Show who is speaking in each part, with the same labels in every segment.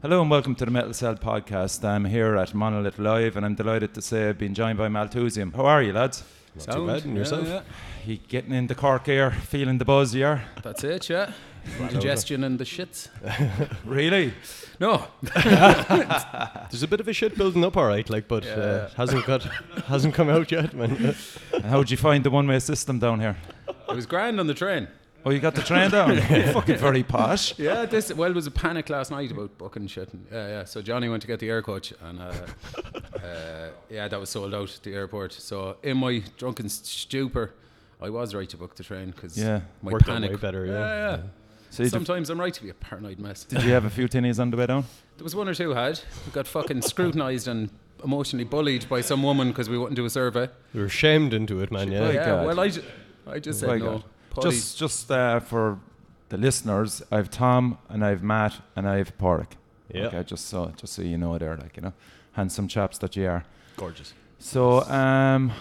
Speaker 1: Hello and welcome to the Metal Cell podcast. I'm here at Monolith Live and I'm delighted to say I've been joined by Malthusium. How are you, lads?
Speaker 2: Not
Speaker 3: Sound,
Speaker 2: too bad. And
Speaker 3: yeah,
Speaker 2: yourself?
Speaker 3: yeah.
Speaker 1: You getting into Cork air, feeling the buzz, yeah?
Speaker 3: That's it, yeah. Digestion and the shits.
Speaker 1: Really?
Speaker 3: No,
Speaker 2: There's a bit of a shit building up, all right. Like, but uh,
Speaker 3: Yeah.
Speaker 2: hasn't got, hasn't come out yet, man.
Speaker 1: And how'd you find the one way system down here?
Speaker 3: it was grand on the train.
Speaker 1: Oh, you got the train down? Fucking very posh.
Speaker 3: Yeah, this well, it was a panic last night about booking shit. And, yeah, yeah. So Johnny went to get the air coach, and uh, uh, yeah, that was sold out at the airport. So in my drunken stupor, I was right to book the train because
Speaker 1: Yeah.
Speaker 3: my
Speaker 2: Worked out
Speaker 3: panic.
Speaker 2: way better, yeah.
Speaker 3: yeah,
Speaker 1: So
Speaker 3: yeah.
Speaker 1: you did,
Speaker 3: Sometimes I'm right to be a paranoid mess.
Speaker 1: did you have a few tinnies on the way down?
Speaker 3: There was one or two had. We got fucking scrutinised and emotionally bullied by some woman because we wouldn't do a survey.
Speaker 2: We were shamed into it, man. Yeah.
Speaker 1: My
Speaker 3: yeah,
Speaker 1: Oh, God. Oh,
Speaker 3: well, I, ju- I just said
Speaker 1: My
Speaker 3: no.
Speaker 1: God.
Speaker 3: Polly-
Speaker 1: uh, Just, just uh, for the listeners, I've Tom and I've Matt and I've Porrick.
Speaker 2: Yeah.
Speaker 1: Okay, just so just so you know there, like you know, handsome chaps that you are.
Speaker 2: Gorgeous.
Speaker 1: So, um,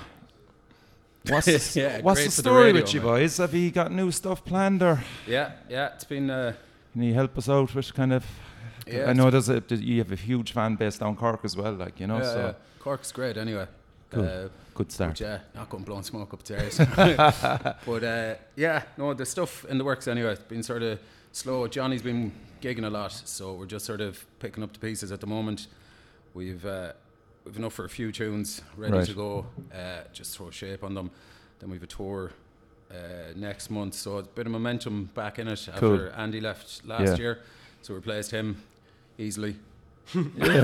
Speaker 1: what's the,
Speaker 3: Yeah,
Speaker 1: what's the
Speaker 3: great for the
Speaker 1: story
Speaker 3: radio,
Speaker 1: with you
Speaker 3: mate.
Speaker 1: boys? Have you got new stuff planned, or
Speaker 3: Yeah, yeah, it's been. Uh,
Speaker 1: can you help us out with kind of?
Speaker 3: yeah,
Speaker 1: I know there's a there's- you have a huge fan base down Cork as well, like you know. so
Speaker 3: Cork's great anyway.
Speaker 1: Cool.
Speaker 3: Uh,
Speaker 1: good
Speaker 3: but
Speaker 1: start.
Speaker 3: yeah, not going blowing smoke upstairs. but uh, yeah, no, the stuff in the works anyway. It's been sort of slow. Johnny's been gigging a lot, so we're just sort of picking up the pieces at the moment. We've uh, we've enough for a few tunes ready
Speaker 1: Right.
Speaker 3: to go. Uh, just throw shape on them. Then we've a tour. Uh, next month, so it's a bit of momentum back in it
Speaker 1: Cool.
Speaker 3: after Andy left last
Speaker 1: Yeah.
Speaker 3: year, so we replaced him easily.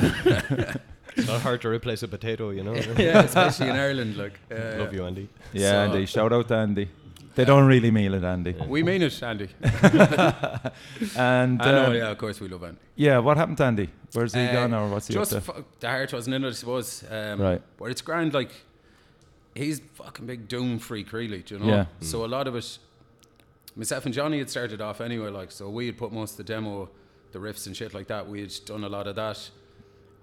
Speaker 2: It's not hard to replace a potato, you know.
Speaker 3: yeah, especially in Ireland, like uh,
Speaker 2: Love you, Andy.
Speaker 1: Yeah,
Speaker 3: So-
Speaker 1: Andy. Shout out to Andy. They don't really mean it, Andy.
Speaker 3: We mean it, Andy.
Speaker 1: And
Speaker 3: I know,
Speaker 1: um,
Speaker 3: yeah, of course we love Andy.
Speaker 1: yeah, what happened to Andy? Where's he
Speaker 3: Uh,
Speaker 1: gone, or what's he up
Speaker 3: Just
Speaker 1: to?
Speaker 3: fu- the heart wasn't in it, I suppose. Um,
Speaker 1: Right.
Speaker 3: But it's grand, like, he's fucking big doom freak, really, do you know?
Speaker 1: Yeah.
Speaker 3: So a lot of it, myself and Johnny had started off anyway, like, so we had put most of the demo, the riffs and shit like that, we had done a lot of that.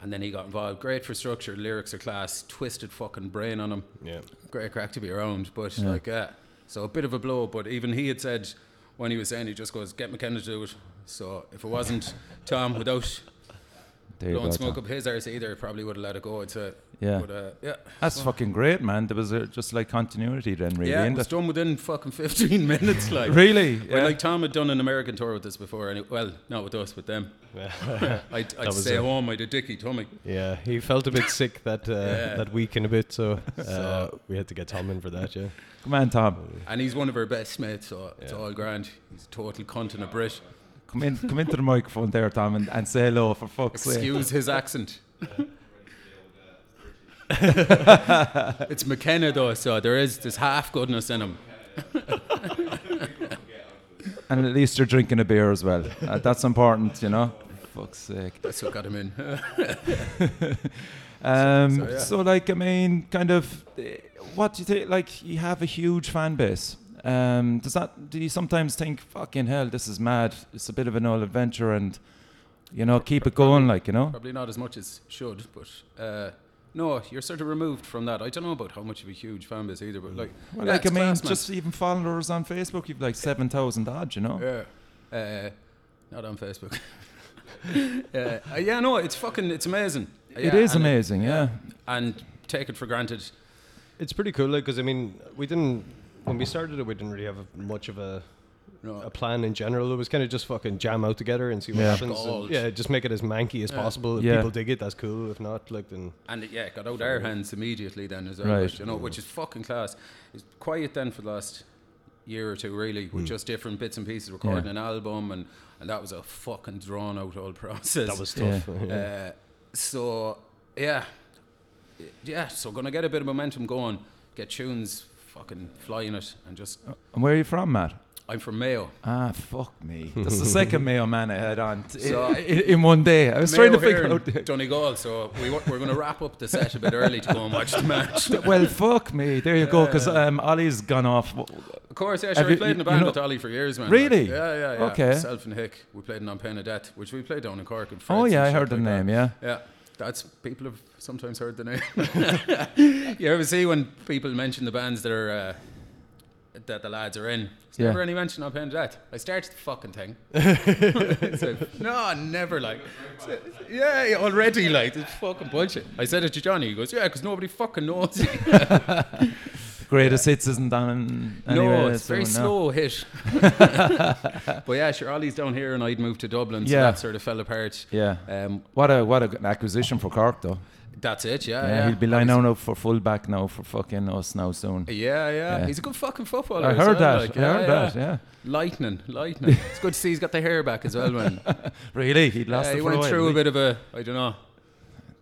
Speaker 3: And then he got involved. Great for structure, lyrics are class, twisted fucking brain on him.
Speaker 2: Yeah.
Speaker 3: great crack to be around, but like, uh, so a bit of a blow. But even he had said when he was saying, he just goes, "Get McKenna to do it." So if it wasn't Tom, without
Speaker 1: There you
Speaker 3: blowing
Speaker 1: go,
Speaker 3: smoke
Speaker 1: Tom.
Speaker 3: up his arse either, probably would have let it go. It's a
Speaker 1: Yeah.
Speaker 3: but, uh, yeah,
Speaker 1: That's fucking great, man. There was a, just like continuity then, really.
Speaker 3: yeah. It
Speaker 1: isn't
Speaker 3: was
Speaker 1: it?
Speaker 3: done within fucking fifteen minutes, like.
Speaker 1: Really?
Speaker 3: Well, Like Tom had done an American tour with us before, and well, not with us, with them. I'd, I'd
Speaker 2: was
Speaker 3: stay
Speaker 2: it.
Speaker 3: home. I did Dickie Tommy.
Speaker 2: Yeah. He felt a bit sick that uh,
Speaker 3: Yeah.
Speaker 2: that week in a bit, so, uh, we had to get Tom in for that. Yeah.
Speaker 1: Come on, Tom.
Speaker 3: and he's one of our best mates, so it's
Speaker 2: Yeah.
Speaker 3: all grand. He's a total cunt and a Brit.
Speaker 1: Come in, come into the microphone there, Tom, and, and say hello for fuck's sake.
Speaker 3: Excuse his accent. it's McKenna though, so there is this half goodness in him.
Speaker 1: And at least you're drinking a beer as well. Uh, that's important, you know. Fuck's sake.
Speaker 3: That's what got him in.
Speaker 1: Um, so,
Speaker 3: so, yeah.
Speaker 1: like, I mean, kind of, eh, what do you think? Like, you have a huge fan base. Um, does that? Do you sometimes think, fucking hell, this is mad? It's a bit of an old adventure, and you know, keep it going, like you know.
Speaker 3: Probably not as much as should, but uh, no, you're sort of removed from that. I don't know about how much of a huge fan base either, but like,
Speaker 1: Well,
Speaker 3: yeah,
Speaker 1: like, I
Speaker 3: it's
Speaker 1: mean,
Speaker 3: class, man.
Speaker 1: just even followers on Facebook, you've like seven thousand odd, you know.
Speaker 3: yeah, uh, not on Facebook. uh, uh, yeah, no, it's fucking, it's amazing.
Speaker 1: it
Speaker 3: Yeah,
Speaker 1: is
Speaker 3: and
Speaker 1: amazing, yeah.
Speaker 3: and take it for granted.
Speaker 2: It's pretty cool, like, because I mean, we didn't when we started it, we didn't really have a, much of a a
Speaker 3: No,
Speaker 2: plan in general. It was kind of just fucking jam out together and see what
Speaker 1: Yeah.
Speaker 2: happens. and
Speaker 3: Gold.
Speaker 2: yeah, just make it as manky as possible. If
Speaker 1: Yeah.
Speaker 2: people dig it, that's cool. If not, like then
Speaker 3: And it, yeah, it got out our hands immediately then as well,
Speaker 1: Right.
Speaker 3: like, you know, which is fucking class. It's quiet then for the last year or two, really, with just different bits and pieces, recording
Speaker 1: Hmm. Yeah.
Speaker 3: an album, and, and that was a fucking drawn out whole process.
Speaker 2: that was
Speaker 1: Yeah.
Speaker 2: tough. Yeah.
Speaker 3: Uh, so, yeah. Yeah, so gonna get a bit of momentum going, get tunes fucking flying it, and just.
Speaker 1: And where are you from, Matt?
Speaker 3: I'm from Mayo.
Speaker 1: Ah, fuck me. That's the second Mayo man I had on t-
Speaker 3: So-
Speaker 1: i- i- in, one day. I was
Speaker 3: Mayo
Speaker 1: trying to
Speaker 3: here
Speaker 1: figure out.
Speaker 3: in Donegal, so we, wa- we're gonna wrap up the set a bit early to go and watch the match.
Speaker 1: Th- well, fuck me. There you go, because um, Ollie's gone off. W-
Speaker 3: Of course, yeah,
Speaker 1: Have
Speaker 3: sure. We
Speaker 1: you-
Speaker 3: played in
Speaker 1: you-
Speaker 3: a band
Speaker 1: you know-
Speaker 3: with Ollie for years, man.
Speaker 1: Really?
Speaker 3: Like, yeah, yeah, yeah.
Speaker 1: Okay.
Speaker 3: Self and Hick. We played in On Pain of Death, which we played down in Cork and Fred's
Speaker 1: Oh, yeah,
Speaker 3: and
Speaker 1: I
Speaker 3: shit
Speaker 1: heard the
Speaker 3: like that.
Speaker 1: name, yeah.
Speaker 3: Yeah. That's people have sometimes heard the name. you ever see when people mention the bands that are uh, that the lads are in. There's
Speaker 1: Yeah.
Speaker 3: never any mention of paying that. I started the fucking thing. It's like, no, never like. Yeah, yeah, already like it's fucking bullshit. I said it to Johnny. He goes, yeah, because nobody fucking knows.
Speaker 1: Greatest hits isn't done in anywhere.
Speaker 3: no, it's
Speaker 1: so no.
Speaker 3: very slow hit. but yeah, sure, Ollie's down here, and I'd moved to Dublin, so
Speaker 1: Yeah.
Speaker 3: that sort of fell apart.
Speaker 1: Yeah.
Speaker 3: Um,
Speaker 1: What a what a good acquisition for Cork though.
Speaker 3: that's it. Yeah,
Speaker 1: Yeah,
Speaker 3: yeah.
Speaker 1: he'll be lying down up for full back now for fucking us now soon.
Speaker 3: Yeah, yeah,
Speaker 1: Yeah.
Speaker 3: He's a good fucking footballer.
Speaker 1: I
Speaker 3: as
Speaker 1: heard
Speaker 3: well,
Speaker 1: that.
Speaker 3: like,
Speaker 1: I heard that. Yeah.
Speaker 3: Lightning, lightning. it's good to see he's got the hair back as well, man.
Speaker 1: Really, he'd lost
Speaker 3: Yeah,
Speaker 1: it
Speaker 3: he
Speaker 1: for
Speaker 3: went
Speaker 1: a while,
Speaker 3: through a
Speaker 1: did
Speaker 3: bit of a, I don't know.
Speaker 1: he?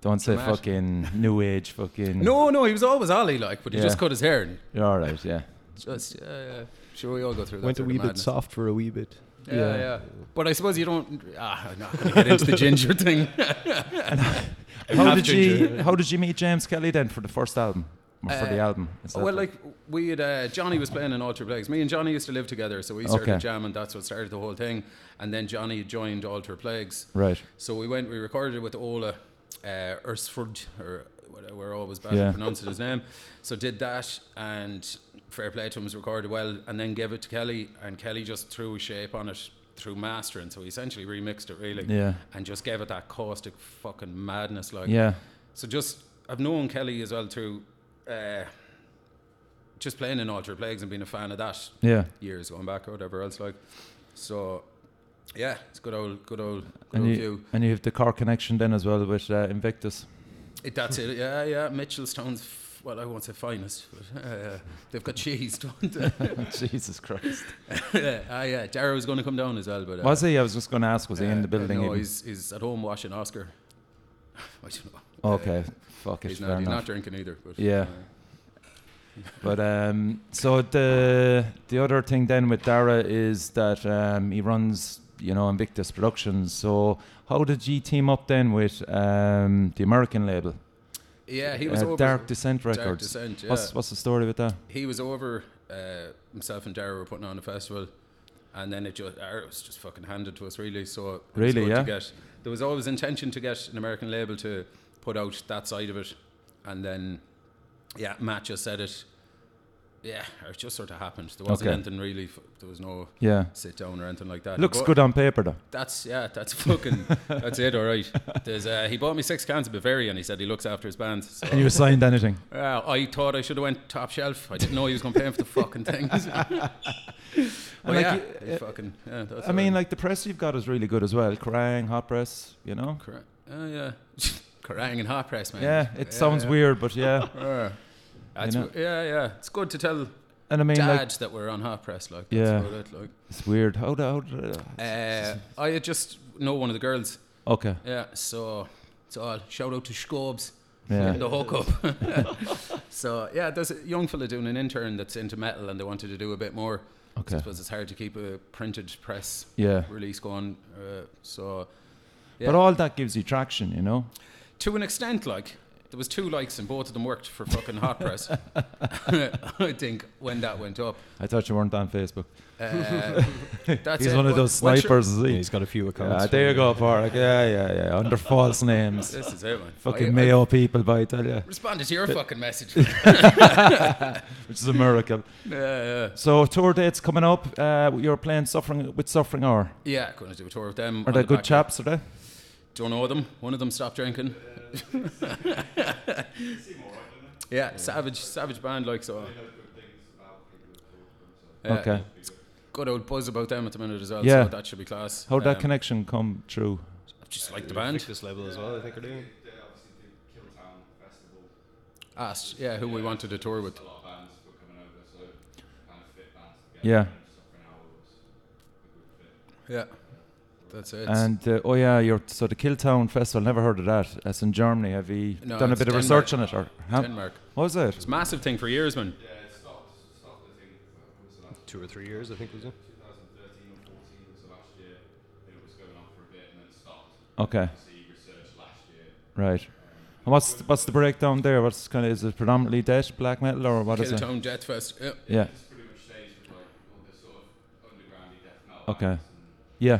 Speaker 1: Don't say
Speaker 3: Mad.
Speaker 1: fucking new age. Fucking.
Speaker 3: No, no, he was always Ollie like, but he
Speaker 1: Yeah.
Speaker 3: just cut his hair and
Speaker 1: You're all right. Yeah.
Speaker 3: just, yeah, yeah. Sure, we all go through that.
Speaker 2: Went a
Speaker 3: sort of
Speaker 2: wee bit
Speaker 3: madness.
Speaker 2: soft for a wee bit.
Speaker 3: Yeah, yeah, But I suppose you don't. Ah, I'm not going to get into the ginger thing.
Speaker 1: How
Speaker 2: Half
Speaker 1: did you
Speaker 2: ginger.
Speaker 1: How did you meet James Kelly then for the first album or for
Speaker 3: Uh,
Speaker 1: the album? Is that
Speaker 3: well,
Speaker 1: the-
Speaker 3: like we had uh, Johnny was playing in Alter Plagues. Me and Johnny used to live together, so we started
Speaker 1: Okay.
Speaker 3: jamming. That's what started the whole thing. And then Johnny joined Alter Plagues.
Speaker 1: right.
Speaker 3: So we went, we recorded it with Ola uh, Ersford, or whatever, we're always bad
Speaker 1: Yeah.
Speaker 3: at pronouncing his name. So did that, and Fair Play to him was recorded well, and then gave it to Kelly, and Kelly just threw a shape on it through mastering. So he essentially remixed it really,
Speaker 1: Yeah.
Speaker 3: and just gave it that caustic fucking madness. Like,
Speaker 1: Yeah.
Speaker 3: so just I've known Kelly as well through uh, just playing in Alter Plagues and being a fan of that
Speaker 1: Yeah.
Speaker 3: years going back or whatever else like. So yeah, it's good old, good old, good
Speaker 1: And
Speaker 3: old
Speaker 1: you,
Speaker 3: view.
Speaker 1: and you have the Cork connection then as well with uh, Invictus.
Speaker 3: It, that's it. Yeah, yeah. Mitchellstown's, f- well, I won't say finest, but uh, they've got cheese, don't they?
Speaker 1: Jesus Christ.
Speaker 3: Ah, yeah. Darrow was going to come down as well, but uh,
Speaker 1: Was he? I was just going to ask. Was he in the
Speaker 3: uh,
Speaker 1: building?
Speaker 3: No,
Speaker 1: even?
Speaker 3: he's, he's at home watching Oscar. I don't know.
Speaker 1: Oh, okay. Fuck it.
Speaker 3: He's
Speaker 1: fair
Speaker 3: not, he's
Speaker 1: enough.
Speaker 3: not drinking either. But,
Speaker 1: Yeah. But um, so the the other thing then with Dara is that um, he runs you know Invictus Productions. So how did you team up then with um, the American label,
Speaker 3: yeah, he was
Speaker 1: uh,
Speaker 3: over.
Speaker 1: Dark Descent
Speaker 3: Dark
Speaker 1: Records?
Speaker 3: Descent, yeah.
Speaker 1: What's what's the story with that?
Speaker 3: he was over. Uh, himself and Darrow were putting on a festival, and then it just Darrow was just fucking handed to us really. So it was
Speaker 1: Really,
Speaker 3: good
Speaker 1: yeah?
Speaker 3: To get, there was always intention to get an American label to put out that side of it, and then yeah, Matt just said it. Yeah, it just sort of happened. There wasn't
Speaker 1: Okay.
Speaker 3: anything really. f- There was no
Speaker 1: Yeah,
Speaker 3: sit down or anything like that.
Speaker 1: looks
Speaker 3: But
Speaker 1: good on paper though.
Speaker 3: That's yeah. That's fucking. that's it. All right. There's, uh, he bought me six cans of Bavaria, and he said he looks after his band. So
Speaker 1: And you signed anything?
Speaker 3: well, I thought I should have went top shelf. I didn't know he was going to pay him for the fucking thing. but
Speaker 1: And like
Speaker 3: yeah,
Speaker 1: you-
Speaker 3: he
Speaker 1: uh,
Speaker 3: fucking. Yeah, that's
Speaker 1: I mean,
Speaker 3: all.
Speaker 1: like the press you've got is really good as well. Krang, Hot Press, you know.
Speaker 3: Cor- oh yeah, Kerrang and hot press, man.
Speaker 1: Yeah, it sounds weird, but yeah.
Speaker 3: Yeah. That's
Speaker 1: know?
Speaker 3: w- yeah, yeah. It's good to tell
Speaker 1: And I mean,
Speaker 3: Dad
Speaker 1: like
Speaker 3: that we're on hot press. Like, that's
Speaker 1: Yeah.
Speaker 3: about it, like.
Speaker 1: it's weird. How do, how do,
Speaker 3: Uh, I had just know one of the girls.
Speaker 1: okay?
Speaker 3: Yeah, so it's all shout out to Scobes.
Speaker 1: Yeah.
Speaker 3: in the hook up. so yeah, there's a young fella doing an intern that's into metal, and they wanted to do a bit more.
Speaker 1: Okay.
Speaker 3: I suppose it's hard to keep a printed press
Speaker 1: Yeah.
Speaker 3: release going. Uh, so
Speaker 1: But all that gives you traction, you know.
Speaker 3: to an extent, like there was two likes, and both of them worked for fucking hot press. I think when that went up,
Speaker 1: I thought you weren't on Facebook.
Speaker 3: uh, that's
Speaker 1: He's
Speaker 3: it.
Speaker 1: one of
Speaker 3: What-
Speaker 1: those
Speaker 3: what your-
Speaker 1: snipers, is he?
Speaker 2: he's got a few accounts.
Speaker 1: Yeah, there you go, Park. Yeah, yeah, yeah. Under false names.
Speaker 3: This is it, man. I-
Speaker 1: Fucking
Speaker 3: I
Speaker 1: Mayo people, but I tell you,
Speaker 3: Responded to your fucking message. yeah,
Speaker 1: which is a miracle.
Speaker 3: yeah,
Speaker 1: So tour dates coming up. Uh, you're playing suffering with Suffering Hour.
Speaker 3: yeah. Going to do a tour with them.
Speaker 1: Are
Speaker 3: on
Speaker 1: they
Speaker 3: the
Speaker 1: good
Speaker 3: back of-
Speaker 1: chaps? Are they?
Speaker 3: Don't know them. One of them stopped drinking. yeah, savage, savage band like so. Yeah,
Speaker 1: okay.
Speaker 3: Good old buzz about them at the minute as well.
Speaker 1: Yeah.
Speaker 3: So that should be class.
Speaker 1: How'd that
Speaker 3: Um,
Speaker 1: connection come true?
Speaker 3: Just like the band.
Speaker 2: This level as well, I think, are doing.
Speaker 3: Asked, yeah, who we wanted to tour with.
Speaker 1: Yeah.
Speaker 3: Yeah, that's it.
Speaker 1: And uh, oh yeah, you're so the Killtown Festival. Never heard of that. That's in Germany. Have you
Speaker 3: No,
Speaker 1: done a
Speaker 3: it's
Speaker 1: bit of
Speaker 3: Denmark.
Speaker 1: research on it or? Huh?
Speaker 3: Denmark.
Speaker 1: What was it?
Speaker 3: It's a massive thing for years, man.
Speaker 2: Two or three years, I think, was it?
Speaker 1: Okay. Right. And what's what's the breakdown there? What's kind of is it predominantly death, black metal, or what is it?
Speaker 3: Killtown Death Fest.
Speaker 1: Yeah.
Speaker 3: Yeah.
Speaker 1: Okay. Yeah.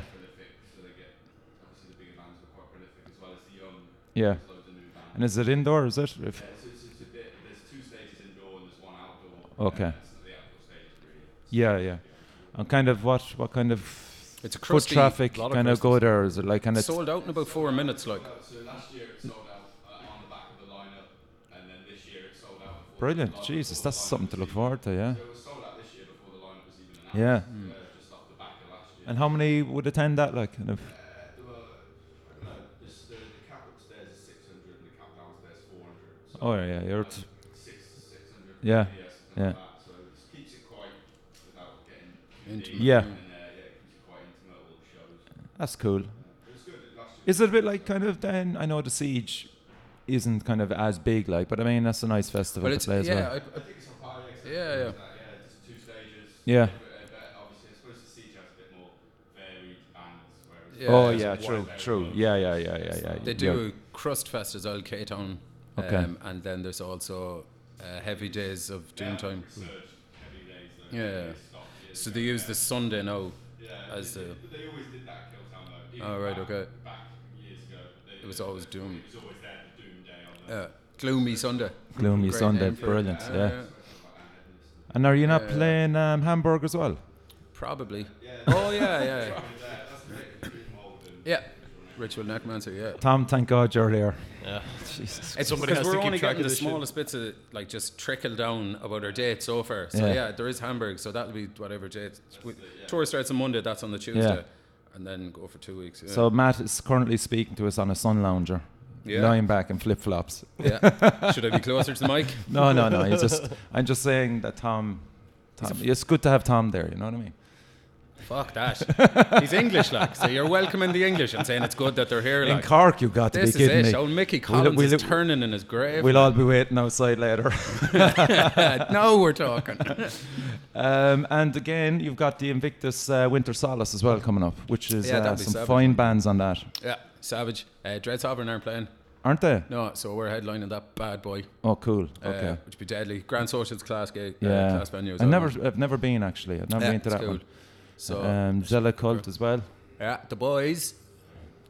Speaker 1: Yeah. And is it indoor? Is it? If- okay. Yeah, yeah. And kind of what what kind of
Speaker 3: It's a
Speaker 1: foot
Speaker 3: crusty
Speaker 1: traffic
Speaker 3: lot of
Speaker 1: kind of
Speaker 3: crusties.
Speaker 1: go there? Is it like kind of
Speaker 3: sold out in about four minutes. Like
Speaker 4: So last year it sold out uh, on the back of the lineup, and then this year it sold out. before the
Speaker 1: brilliant?
Speaker 4: lineup-
Speaker 1: Jesus,
Speaker 4: before
Speaker 1: that's something to look forward to. Yeah,
Speaker 4: the lineup- It was sold out this year before the lineup was even announced.
Speaker 1: yeah.
Speaker 4: uh, just off the back of last year.
Speaker 1: And how many would attend that? Like kind of
Speaker 4: Uh, there were, I don't know, this, the, the cap upstairs is 600 and the cap downstairs is 400. So
Speaker 1: oh yeah, you're t-
Speaker 4: six, 600.
Speaker 1: yeah,
Speaker 4: Yeah, something
Speaker 1: yeah,
Speaker 4: like that. So it just keeps it quite without getting
Speaker 3: Intimate.
Speaker 1: yeah.
Speaker 4: in there. uh, Yeah, it keeps it quite intimate all the shows.
Speaker 1: That's cool.
Speaker 4: It was good last year.
Speaker 1: Is it a bit like kind of then? I know the siege isn't kind of as big, like, but I mean that's a nice festival
Speaker 3: Well,
Speaker 1: to
Speaker 3: it's,
Speaker 1: play as
Speaker 3: yeah,
Speaker 1: well.
Speaker 3: I,
Speaker 4: I think it's on fire. Yeah,
Speaker 3: Yeah, yeah.
Speaker 4: yeah, just two stages.
Speaker 1: Yeah.
Speaker 4: But, uh, but obviously, I suppose the siege has a bit more varied bands. Whereas
Speaker 3: Yeah,
Speaker 1: oh
Speaker 3: it's
Speaker 1: yeah,
Speaker 4: wide
Speaker 1: true,
Speaker 4: variety.
Speaker 1: true. Yeah, yeah, yeah, yeah, yeah.
Speaker 3: They
Speaker 1: yeah.
Speaker 3: do a crust fest as well, K Town.
Speaker 1: Okay.
Speaker 3: Um, and then there's also uh, heavy days of Doom Time.
Speaker 4: Surge, heavy days. uh, Though.
Speaker 3: Yeah.
Speaker 4: They stop, yeah.
Speaker 3: So they use the Sunday now.
Speaker 4: Yeah,
Speaker 3: As
Speaker 4: they,
Speaker 3: the-
Speaker 4: but they always did that at Killtown though. Even
Speaker 3: Oh, right,
Speaker 4: back,
Speaker 3: okay.
Speaker 4: Back years ago, they,
Speaker 3: It was always Doom.
Speaker 4: It was always there, the Doom Day on the.
Speaker 3: Uh, gloomy Sunday.
Speaker 1: Gloomy
Speaker 3: Great
Speaker 1: Sunday,
Speaker 3: name for it.
Speaker 1: brilliant.
Speaker 3: Uh,
Speaker 1: Yeah. And are you not
Speaker 3: Yeah.
Speaker 1: playing um, Hamburg as well?
Speaker 3: Probably.
Speaker 4: Yeah.
Speaker 3: Oh, yeah, yeah.
Speaker 4: Probably there, that's the bit between Malden.
Speaker 3: Yeah. Ritual Necromancer, yeah.
Speaker 1: Tom, thank God you're here. Jesus.
Speaker 2: It's
Speaker 3: Because we're only getting the smallest bits of like just trickle down about our date so far. So
Speaker 1: Yeah.
Speaker 3: yeah, there is Hamburg, so that'll be whatever date. We, Tour starts on Monday, that's on the Tuesday, and then go for two weeks. Yeah.
Speaker 1: So Matt is currently speaking to us on a sun lounger,
Speaker 3: Yeah.
Speaker 1: lying back in flip flops.
Speaker 3: yeah, should I be closer to the mic?
Speaker 1: No, no, no. It's just I'm just saying that Tom. Tom it's good to have Tom there. You know what I mean?
Speaker 3: Fuck that. He's English, like so. You're welcoming the English and saying it's good that they're here.
Speaker 1: In
Speaker 3: Like
Speaker 1: Cork, you got to
Speaker 3: this
Speaker 1: be
Speaker 3: is
Speaker 1: kidding
Speaker 3: it.
Speaker 1: me.
Speaker 3: Old Mickey Collins
Speaker 1: we'll-
Speaker 3: is turning in his grave.
Speaker 1: We'll all be waiting outside later.
Speaker 3: now we're talking.
Speaker 1: Um, and again, you've got the Invictus uh, Winter Solace as well coming up, which is
Speaker 3: Yeah,
Speaker 1: uh,
Speaker 3: that'd be
Speaker 1: some
Speaker 3: savage.
Speaker 1: fine bands on that,
Speaker 3: yeah, savage. Uh, Dread Sovereign aren't playing.
Speaker 1: aren't they?
Speaker 3: No, so we're headlining that bad boy.
Speaker 1: Oh, cool.
Speaker 3: uh,
Speaker 1: Okay.
Speaker 3: which would be deadly. Grand Socials class gig,
Speaker 1: yeah.
Speaker 3: uh, class venue. as
Speaker 1: I've
Speaker 3: well.
Speaker 1: never, I've never been actually. I've never
Speaker 3: Yeah,
Speaker 1: been to
Speaker 3: it's
Speaker 1: that
Speaker 3: cool.
Speaker 1: one.
Speaker 3: So
Speaker 1: um, Zella Cult as well.
Speaker 3: yeah, the boys.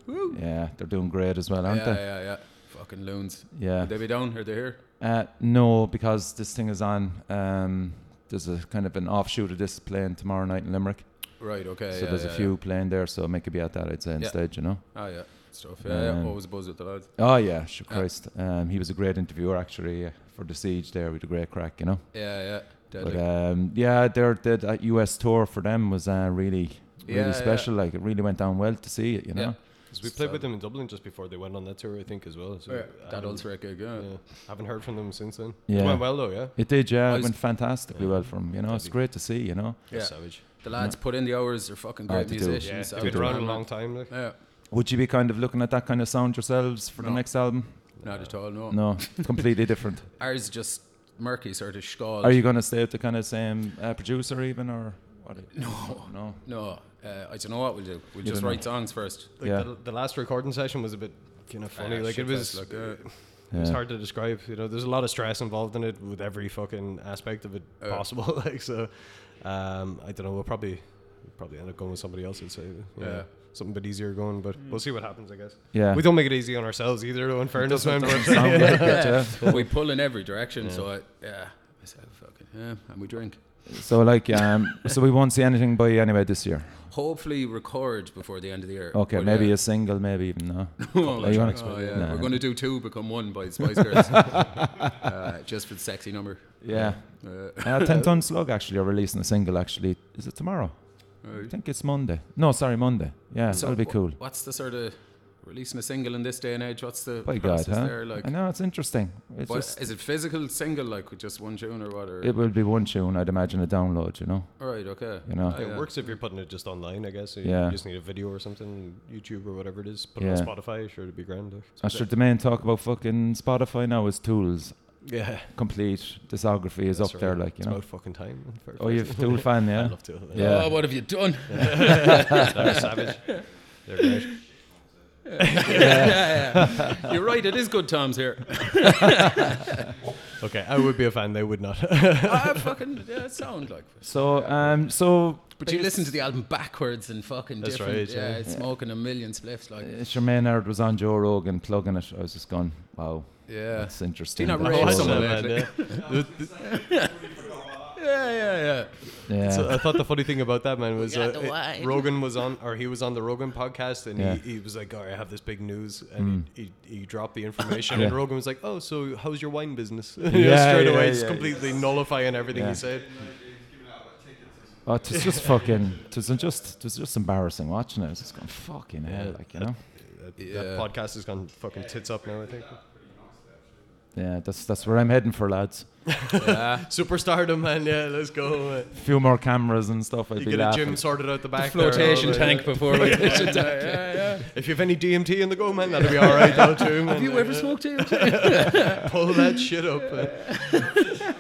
Speaker 3: Woo.
Speaker 1: Yeah, they're doing great as well,
Speaker 3: Yeah,
Speaker 1: aren't
Speaker 3: yeah, yeah, Fucking loons.
Speaker 1: they? Yeah.
Speaker 3: Would they be down? Are they here?
Speaker 1: Uh, no, because this thing is on. Um, there's a kind of an offshoot of this playing tomorrow night in Limerick.
Speaker 3: Right. Okay.
Speaker 1: so
Speaker 3: Uh, yeah,
Speaker 1: there's
Speaker 3: yeah,
Speaker 1: a few playing there, so make a be at that, I'd say,
Speaker 3: Yeah.
Speaker 1: instead, you know?
Speaker 3: Yeah. Oh yeah. Stuff. Yeah, yeah.
Speaker 1: Um,
Speaker 3: Always a buzz with the lads.
Speaker 1: Oh, yeah, sure,
Speaker 3: Yeah.
Speaker 1: Christ. Um, he was a great interviewer, actually, uh, for The Siege there. We had a great crack, you know?
Speaker 3: Yeah, yeah. Deadly.
Speaker 1: But um, yeah, their, their that US tour for them was uh, really, really
Speaker 3: Yeah, yeah.
Speaker 1: special. Like, it really went down well to see it, you know?
Speaker 2: Because we played with them in Dublin just before they went on that tour, I think, as well. So
Speaker 3: yeah.
Speaker 2: I
Speaker 3: That
Speaker 2: haven't-
Speaker 3: ultra gig. Yeah.
Speaker 2: Oh, Yeah. Haven't heard from them since then.
Speaker 1: Yeah.
Speaker 2: It went well though, yeah.
Speaker 1: It did, yeah.
Speaker 3: I
Speaker 1: It
Speaker 3: was-
Speaker 1: went fantastically well for them, you know? It's great to see, you know?
Speaker 3: Yeah.
Speaker 2: Savage.
Speaker 3: The lads put in the hours. They're fucking
Speaker 1: Oh,
Speaker 3: great
Speaker 1: they do.
Speaker 2: Yeah.
Speaker 3: musicians.
Speaker 2: They've
Speaker 3: out
Speaker 2: been
Speaker 3: there,
Speaker 2: around a
Speaker 3: man.
Speaker 2: long time. Like.
Speaker 3: Yeah.
Speaker 1: Would you be kind of looking at that kind of sound yourselves for the
Speaker 3: No.
Speaker 1: next album?
Speaker 3: Not at all. No.
Speaker 1: No, completely different.
Speaker 3: Ours just murky sort of skull.
Speaker 1: Are you going to stay with the kind of same uh, producer even or what? No. No.
Speaker 3: No. Uh, I don't know what we'll do. We'll just
Speaker 1: don't know.
Speaker 3: write songs first.
Speaker 2: Like
Speaker 1: Yeah.
Speaker 2: the, the last recording session was a bit kind of funny.
Speaker 3: Ah,
Speaker 2: like it
Speaker 3: shit
Speaker 2: was,
Speaker 3: fest, like, uh,
Speaker 2: it was
Speaker 1: Yeah.
Speaker 2: hard to describe. You know, there's a lot of stress involved in it with every fucking aspect of it
Speaker 3: Uh.
Speaker 2: possible. like so, um, I don't know. We'll probably probably end up going with somebody else. I'd say. Yeah.
Speaker 3: Yeah.
Speaker 2: Something a bit easier going, but we'll see what happens. I guess.
Speaker 1: Yeah.
Speaker 2: We don't make it easy on ourselves either. Though, in fairness, man. but-
Speaker 1: Sound like it, yeah.
Speaker 3: but we pull in every direction. So I, yeah, I said, fucking, yeah, and we drink.
Speaker 1: So like, um, so we won't see anything by you anyway this year.
Speaker 3: Hopefully, record before the end of the year.
Speaker 1: Okay,
Speaker 3: But,
Speaker 1: maybe
Speaker 3: uh,
Speaker 1: a single, maybe even no.
Speaker 3: oh,
Speaker 1: you wanna-
Speaker 3: oh, yeah,
Speaker 1: Nah.
Speaker 3: we're going to do two, become one by the Spice Girls, uh, just for the sexy number.
Speaker 1: Yeah.
Speaker 3: Uh,
Speaker 1: Uh, Ten Ton Slug actually are releasing a single. Actually, is it tomorrow? I think it's Monday. No, sorry, Monday. Yeah,
Speaker 3: so
Speaker 1: that'll be
Speaker 3: wha-
Speaker 1: cool.
Speaker 3: What's the sort of releasing a single in this day and age? What's the
Speaker 1: By God,
Speaker 3: process
Speaker 1: huh?
Speaker 3: there like?
Speaker 1: I know it's interesting. It's
Speaker 3: what-
Speaker 1: just,
Speaker 3: is it physical single like with just one tune or what? Or
Speaker 1: it will be one tune, I'd imagine, a download. You know,
Speaker 3: all right, okay.
Speaker 1: you know.
Speaker 3: Oh,
Speaker 2: It
Speaker 3: yeah.
Speaker 2: works if you're putting it just online, I guess. So you
Speaker 1: Yeah.
Speaker 2: just need a video or something, YouTube or whatever it is. Put
Speaker 1: Yeah.
Speaker 2: it on Spotify, sure to be grand. like.
Speaker 1: I'm sure the main talk about fucking Spotify now is tools.
Speaker 2: Yeah.
Speaker 1: Complete discography is
Speaker 2: That's
Speaker 1: up there,
Speaker 2: right.
Speaker 1: like you
Speaker 2: It's
Speaker 1: know.
Speaker 2: about fucking time. in fair
Speaker 1: Oh,
Speaker 2: fact.
Speaker 1: you've tool fan,
Speaker 2: I
Speaker 1: yeah.
Speaker 2: love to.
Speaker 1: Yeah.
Speaker 3: Oh, what have you done?
Speaker 2: They're savage. They're great.
Speaker 3: yeah, yeah. You're right. It is good times here.
Speaker 2: Okay, I would be a fan. They would not.
Speaker 3: ah, fucking yeah, sound like.
Speaker 1: So, um, so
Speaker 3: But you listen to the album backwards and fucking
Speaker 2: That's
Speaker 3: different.
Speaker 2: right,
Speaker 3: yeah,
Speaker 2: yeah.
Speaker 3: it's smoking a million spliffs. Like,
Speaker 1: Uh, Charmaine Ard was on Joe Rogan plugging it. I was just going, wow,
Speaker 3: yeah,
Speaker 1: that's interesting.
Speaker 3: not
Speaker 1: That's
Speaker 3: raise
Speaker 1: all
Speaker 3: someone
Speaker 1: that-
Speaker 3: lately? yeah, yeah, yeah.
Speaker 1: Yeah.
Speaker 2: So I thought the funny thing about that man was
Speaker 5: got
Speaker 2: uh,
Speaker 5: the
Speaker 2: it-
Speaker 5: wine.
Speaker 2: Rogan was on, or he was on the Rogan podcast, and
Speaker 1: Yeah. Mm.
Speaker 2: he, he was like, "All right, I have this big news," and he, he, he dropped the information, and
Speaker 1: Yeah.
Speaker 2: Rogan was like, "Oh, so how's your wine business?" You know,
Speaker 1: Yeah,
Speaker 2: straight away,
Speaker 1: yeah,
Speaker 2: it's
Speaker 1: yeah,
Speaker 2: completely nullifying everything
Speaker 1: Yeah.
Speaker 2: he said.
Speaker 3: Uh,
Speaker 1: Oh, it was just fucking. It was just. It was just embarrassing watching it. I was just going fucking hell,
Speaker 2: Yeah.
Speaker 1: like you know.
Speaker 2: That,
Speaker 3: Yeah.
Speaker 2: that podcast has gone fucking tits up now. I think
Speaker 1: Yeah, that's that's where I'm heading for, lads.
Speaker 2: superstardom, man. Yeah, let's go. Man.
Speaker 1: A few more cameras and stuff. I'd
Speaker 2: You
Speaker 1: be
Speaker 2: get a
Speaker 1: laughing.
Speaker 2: gym sorted out the back. there,
Speaker 3: Flotation
Speaker 2: all right.
Speaker 3: tank before we.
Speaker 2: If you have any DMT in the go, man, that'll be all right though too. Man.
Speaker 3: Have you ever smoked it?
Speaker 2: pull that shit up? man.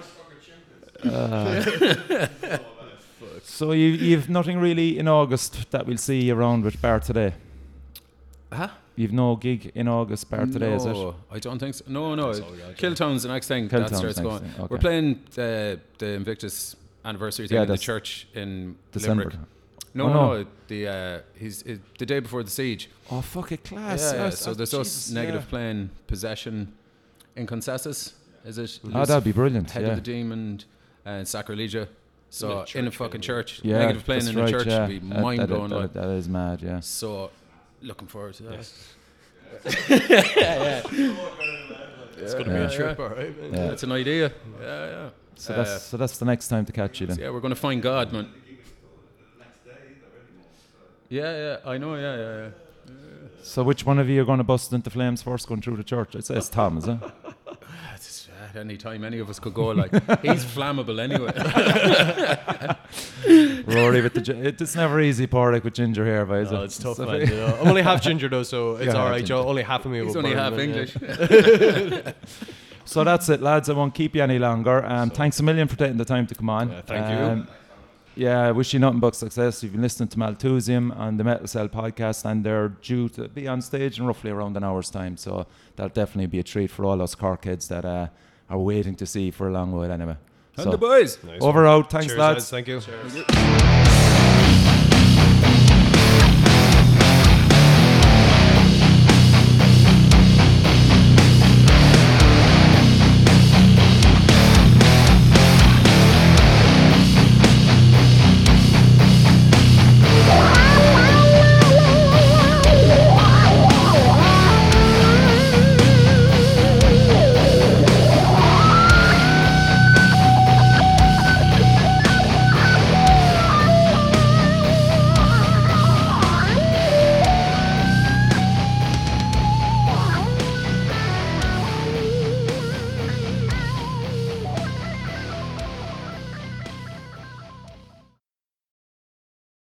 Speaker 1: So you you've nothing really in August that we'll see you around with Bar today.
Speaker 3: Huh?
Speaker 1: You've no gig in August Bar today, is it?
Speaker 3: No, I don't think so. No, no.
Speaker 2: all we got, yeah.
Speaker 3: Killtown's the next thing. that
Speaker 1: Killtown's
Speaker 3: starts
Speaker 1: next
Speaker 3: going.
Speaker 1: thing, okay.
Speaker 3: We're playing uh, the Invictus anniversary thing
Speaker 1: Yeah,
Speaker 3: in the
Speaker 1: that's
Speaker 3: church in
Speaker 1: December.
Speaker 3: Limerick. No,
Speaker 1: Oh, no.
Speaker 3: no. The uh, he's it, the day before the siege.
Speaker 1: Oh fuck it, class.
Speaker 3: Yeah, yeah,
Speaker 1: Oh,
Speaker 3: so
Speaker 1: oh,
Speaker 3: there's us
Speaker 1: Jesus,
Speaker 3: negative
Speaker 1: yeah.
Speaker 3: playing possession in consensus. Is it?
Speaker 1: Oh,
Speaker 3: Loose
Speaker 1: that'd be brilliant.
Speaker 3: head
Speaker 1: yeah.
Speaker 3: of the demon and sacrilegia.
Speaker 2: In
Speaker 3: So
Speaker 2: a
Speaker 3: in a
Speaker 2: church,
Speaker 3: fucking
Speaker 2: yeah.
Speaker 3: church,
Speaker 1: yeah,
Speaker 3: negative playing
Speaker 1: that's
Speaker 3: in a
Speaker 1: right,
Speaker 3: church
Speaker 1: yeah.
Speaker 3: would be
Speaker 1: That- that-
Speaker 3: mind blowing.
Speaker 1: that-
Speaker 3: like.
Speaker 1: that is mad. Yeah.
Speaker 3: So, looking forward to that.
Speaker 2: It's gonna
Speaker 1: Yeah.
Speaker 2: be a trip, all right. Man.
Speaker 1: Yeah.
Speaker 3: That's an idea. Yeah, yeah.
Speaker 1: So that's so that's the next time to catch you
Speaker 3: So
Speaker 1: then.
Speaker 3: yeah, we're going to find God, man. Yeah, yeah, I know, yeah, yeah, yeah.
Speaker 1: So which one of you are going to bust into flames first, going through the church? It's, it's Tom, is it?
Speaker 3: That's- At any time, any of us could go. Like he's flammable anyway.
Speaker 1: Rory with the gi- it, it's never easy, Porrick with ginger hair, but is
Speaker 2: No,
Speaker 3: Oh,
Speaker 1: it?
Speaker 2: it's tough, man. You know. I'm only half ginger though, so it's
Speaker 1: Yeah,
Speaker 2: all right.
Speaker 1: ginger.
Speaker 2: Joe. Only half of me.
Speaker 3: He's
Speaker 2: will
Speaker 3: only
Speaker 2: burn,
Speaker 3: half
Speaker 2: man, yeah.
Speaker 3: English.
Speaker 1: So that's it, lads. I won't keep you any longer. Um, Thanks a million for taking the time to come on.
Speaker 2: Yeah, thank you.
Speaker 1: Um, yeah, I wish you nothing but success. You've been listening to Malthusium on the Metal Cell podcast, and they're due to be on stage in roughly around an hour's time. So that'll definitely be a treat for all us Cork kids that uh, are waiting to see for a long while anyway.
Speaker 3: And the
Speaker 1: So,
Speaker 3: boys.
Speaker 2: Nice one.
Speaker 1: over out. Thanks,
Speaker 2: Cheers,
Speaker 1: lads.
Speaker 2: Thank you.
Speaker 3: Cheers.